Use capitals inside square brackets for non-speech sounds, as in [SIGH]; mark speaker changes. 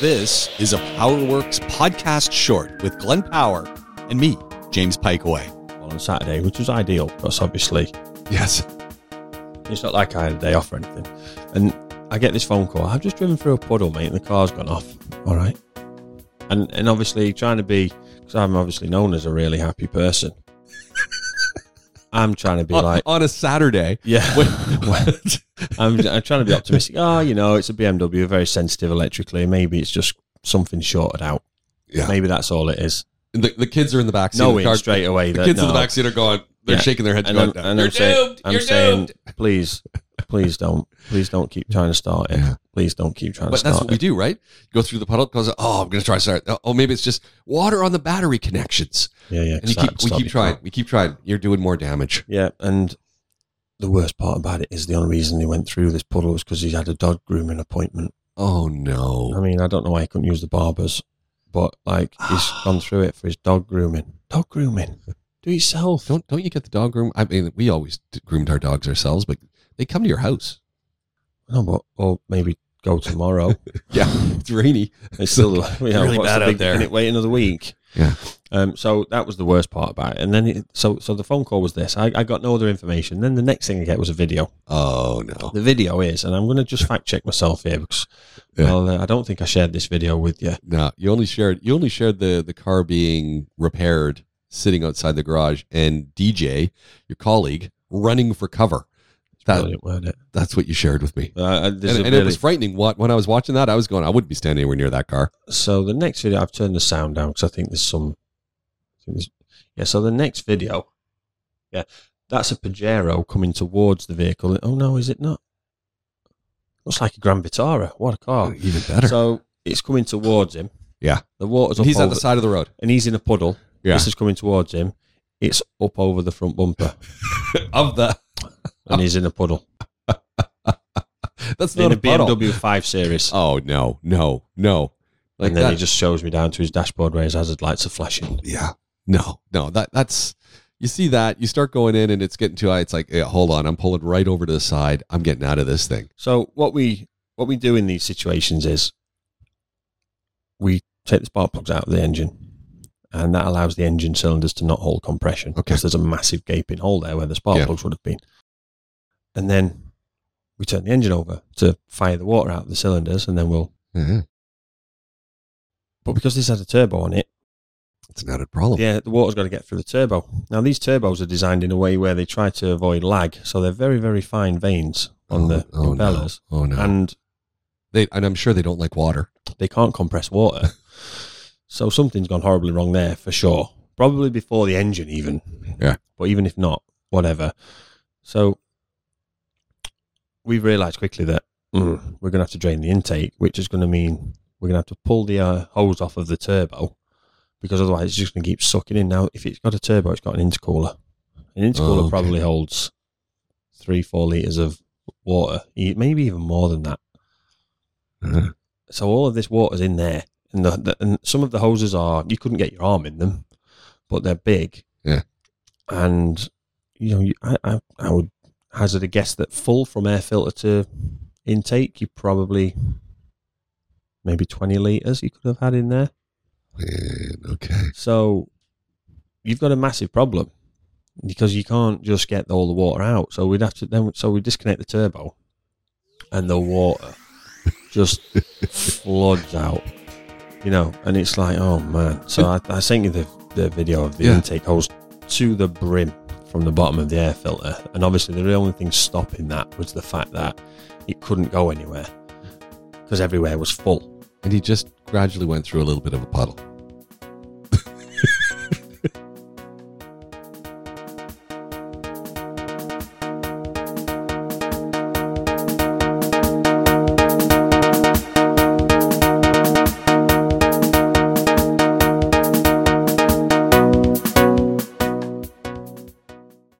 Speaker 1: This is a PowerWorks podcast short with Glenn Power and me, James Pikeaway.
Speaker 2: on Saturday, which was ideal because obviously
Speaker 1: Yes.
Speaker 2: it's not like I had a day off or anything. And I get this phone call. I've just driven through a puddle, mate, and the car's gone off. All right. And and obviously trying to be because I'm obviously known as a really happy person. I'm trying to be
Speaker 1: On,
Speaker 2: like,
Speaker 1: on a Saturday.
Speaker 2: yeah.
Speaker 1: [LAUGHS]
Speaker 2: [LAUGHS] I'm, I'm trying to be optimistic. Oh, you know, it's a BMW, very sensitive electrically. Maybe it's just something shorted out.
Speaker 1: Yeah.
Speaker 2: Maybe that's all it is.
Speaker 1: the, the kids are in the backseat.
Speaker 2: No,
Speaker 1: of the car.
Speaker 2: straight away.
Speaker 1: The
Speaker 2: that-
Speaker 1: kids in
Speaker 2: no.
Speaker 1: the backseat are going, they're
Speaker 2: Yeah.
Speaker 1: shaking their heads.
Speaker 2: and
Speaker 1: going,
Speaker 2: I'm, and
Speaker 1: "You're
Speaker 2: I'm saying,
Speaker 1: doomed!
Speaker 2: I'm
Speaker 1: You're
Speaker 2: saying,
Speaker 1: doomed!"
Speaker 2: please, please don't, please don't keep trying to start it.
Speaker 1: Yeah.
Speaker 2: Please don't keep trying
Speaker 1: But
Speaker 2: to
Speaker 1: that's
Speaker 2: start
Speaker 1: what we
Speaker 2: it.
Speaker 1: do, right? Go through the puddle because, oh, I'm going to try start. Oh, maybe it's just water on the battery connections.
Speaker 2: Yeah, yeah.
Speaker 1: And you
Speaker 2: start-
Speaker 1: keep, we
Speaker 2: start
Speaker 1: keep
Speaker 2: it.
Speaker 1: trying. We keep trying. You're doing more damage.
Speaker 2: Yeah, and the worst part about it is the only reason he went through this puddle was because he had a dog grooming appointment.
Speaker 1: Oh,
Speaker 2: I
Speaker 1: no.
Speaker 2: mean, I don't know why he couldn't use the barbers, but like
Speaker 1: [SIGHS]
Speaker 2: he's gone through it for his dog grooming. Dog grooming. Do it yourself.
Speaker 1: Don't, don't you get the dog groom? I mean, we always d- groomed our dogs ourselves, but they come to your house.
Speaker 2: No, but or maybe go tomorrow.
Speaker 1: Yeah, [LAUGHS] it's rainy.
Speaker 2: It's still you [LAUGHS] know,
Speaker 1: really
Speaker 2: what's
Speaker 1: bad
Speaker 2: the
Speaker 1: out
Speaker 2: big-
Speaker 1: there.
Speaker 2: can it wait another week.
Speaker 1: Yeah.
Speaker 2: Um. So that was the worst part about it. And then it, so so the phone call was this. I, I got no other information. Then the next thing I get was a video.
Speaker 1: Oh no!
Speaker 2: The video is, and I'm going to just fact check myself here because
Speaker 1: Yeah.
Speaker 2: well, uh, I don't think I shared this video with you.
Speaker 1: No, you only shared you only shared the the car being repaired, sitting outside the garage, and DJ, your colleague, running for cover. That,
Speaker 2: Brilliant, weren't it?
Speaker 1: that's what you shared with me,
Speaker 2: Uh, uh, there's
Speaker 1: and, and
Speaker 2: a
Speaker 1: it
Speaker 2: really-
Speaker 1: was frightening. What when I was watching that, I was going, I wouldn't be standing anywhere near that car.
Speaker 2: so the next video, I've turned the sound down because I think there's some. I think there's, yeah. So the next video, yeah, that's a Pajero coming towards the vehicle. Oh no, is it not? Looks like a Grand Vitara. What a car!
Speaker 1: even better.
Speaker 2: Oh. So it's coming towards him.
Speaker 1: Yeah.
Speaker 2: The water's up
Speaker 1: he's at
Speaker 2: over,
Speaker 1: the side of the road. [LAUGHS]
Speaker 2: and he's in a puddle.
Speaker 1: Yeah.
Speaker 2: This is coming towards him. It's up over the front bumper
Speaker 1: of the
Speaker 2: and he's in a puddle.
Speaker 1: that's
Speaker 2: in
Speaker 1: not
Speaker 2: a,
Speaker 1: a, puddle.
Speaker 2: BMW 5 Series.
Speaker 1: Oh no, no, no! Like
Speaker 2: and then
Speaker 1: that.
Speaker 2: he just shows me down to his dashboard where his hazard lights are flashing.
Speaker 1: yeah no no that that's you see that you start going in and it's getting too high it's like yeah, hold on i'm pulling right over to the side i'm getting out of this thing
Speaker 2: So what we what we do in these situations is we take the spark plugs out of the engine and that allows the engine cylinders to not hold compression
Speaker 1: Okay.
Speaker 2: because there's a massive gaping hole there where the spark
Speaker 1: Yeah.
Speaker 2: plugs would have been. And then we turn the engine over to fire the water out of the cylinders and then we'll but because this has a turbo on it,
Speaker 1: it's not a problem
Speaker 2: yeah, the water's got to get through the turbo. Now these turbos are designed in a way where they try to avoid lag, so they're very, very fine veins on the
Speaker 1: oh, no.
Speaker 2: propellers.
Speaker 1: oh no and,
Speaker 2: And
Speaker 1: they, and i'm sure they don't like water
Speaker 2: they can't compress water. so something's gone horribly wrong there for sure. Probably before the engine, even.
Speaker 1: Yeah.
Speaker 2: But even if not, whatever. So we've realised quickly that mm, we're going to have to drain the intake, which is going to mean we're going to have to pull the uh, hose off of the turbo because otherwise it's just going to keep sucking in. Now, if it's got a turbo, it's got an intercooler. An intercooler
Speaker 1: Oh, okay.
Speaker 2: probably holds three, four litres of water, e- maybe even more than that Mm-hmm. so all of this water's in there, and the, the and some of the hoses are you couldn't get your arm in them, but they're big.
Speaker 1: Yeah.
Speaker 2: and you know, you, I, I I would hazard a guess that full from air filter to intake, you probably maybe twenty liters you could have had in there.
Speaker 1: Man, okay
Speaker 2: [LAUGHS] So you've got a massive problem because you can't just get all the water out. So we'd have to then so we disconnect the turbo and the water just floods out. You know, and it's like, oh man. So I, I sent you the, the video of the
Speaker 1: Yeah.
Speaker 2: intake hose to the brim from the bottom of the air filter. And obviously the only thing stopping that was the fact that it couldn't go anywhere. Because everywhere was full.
Speaker 1: and he just gradually went through a little bit of a puddle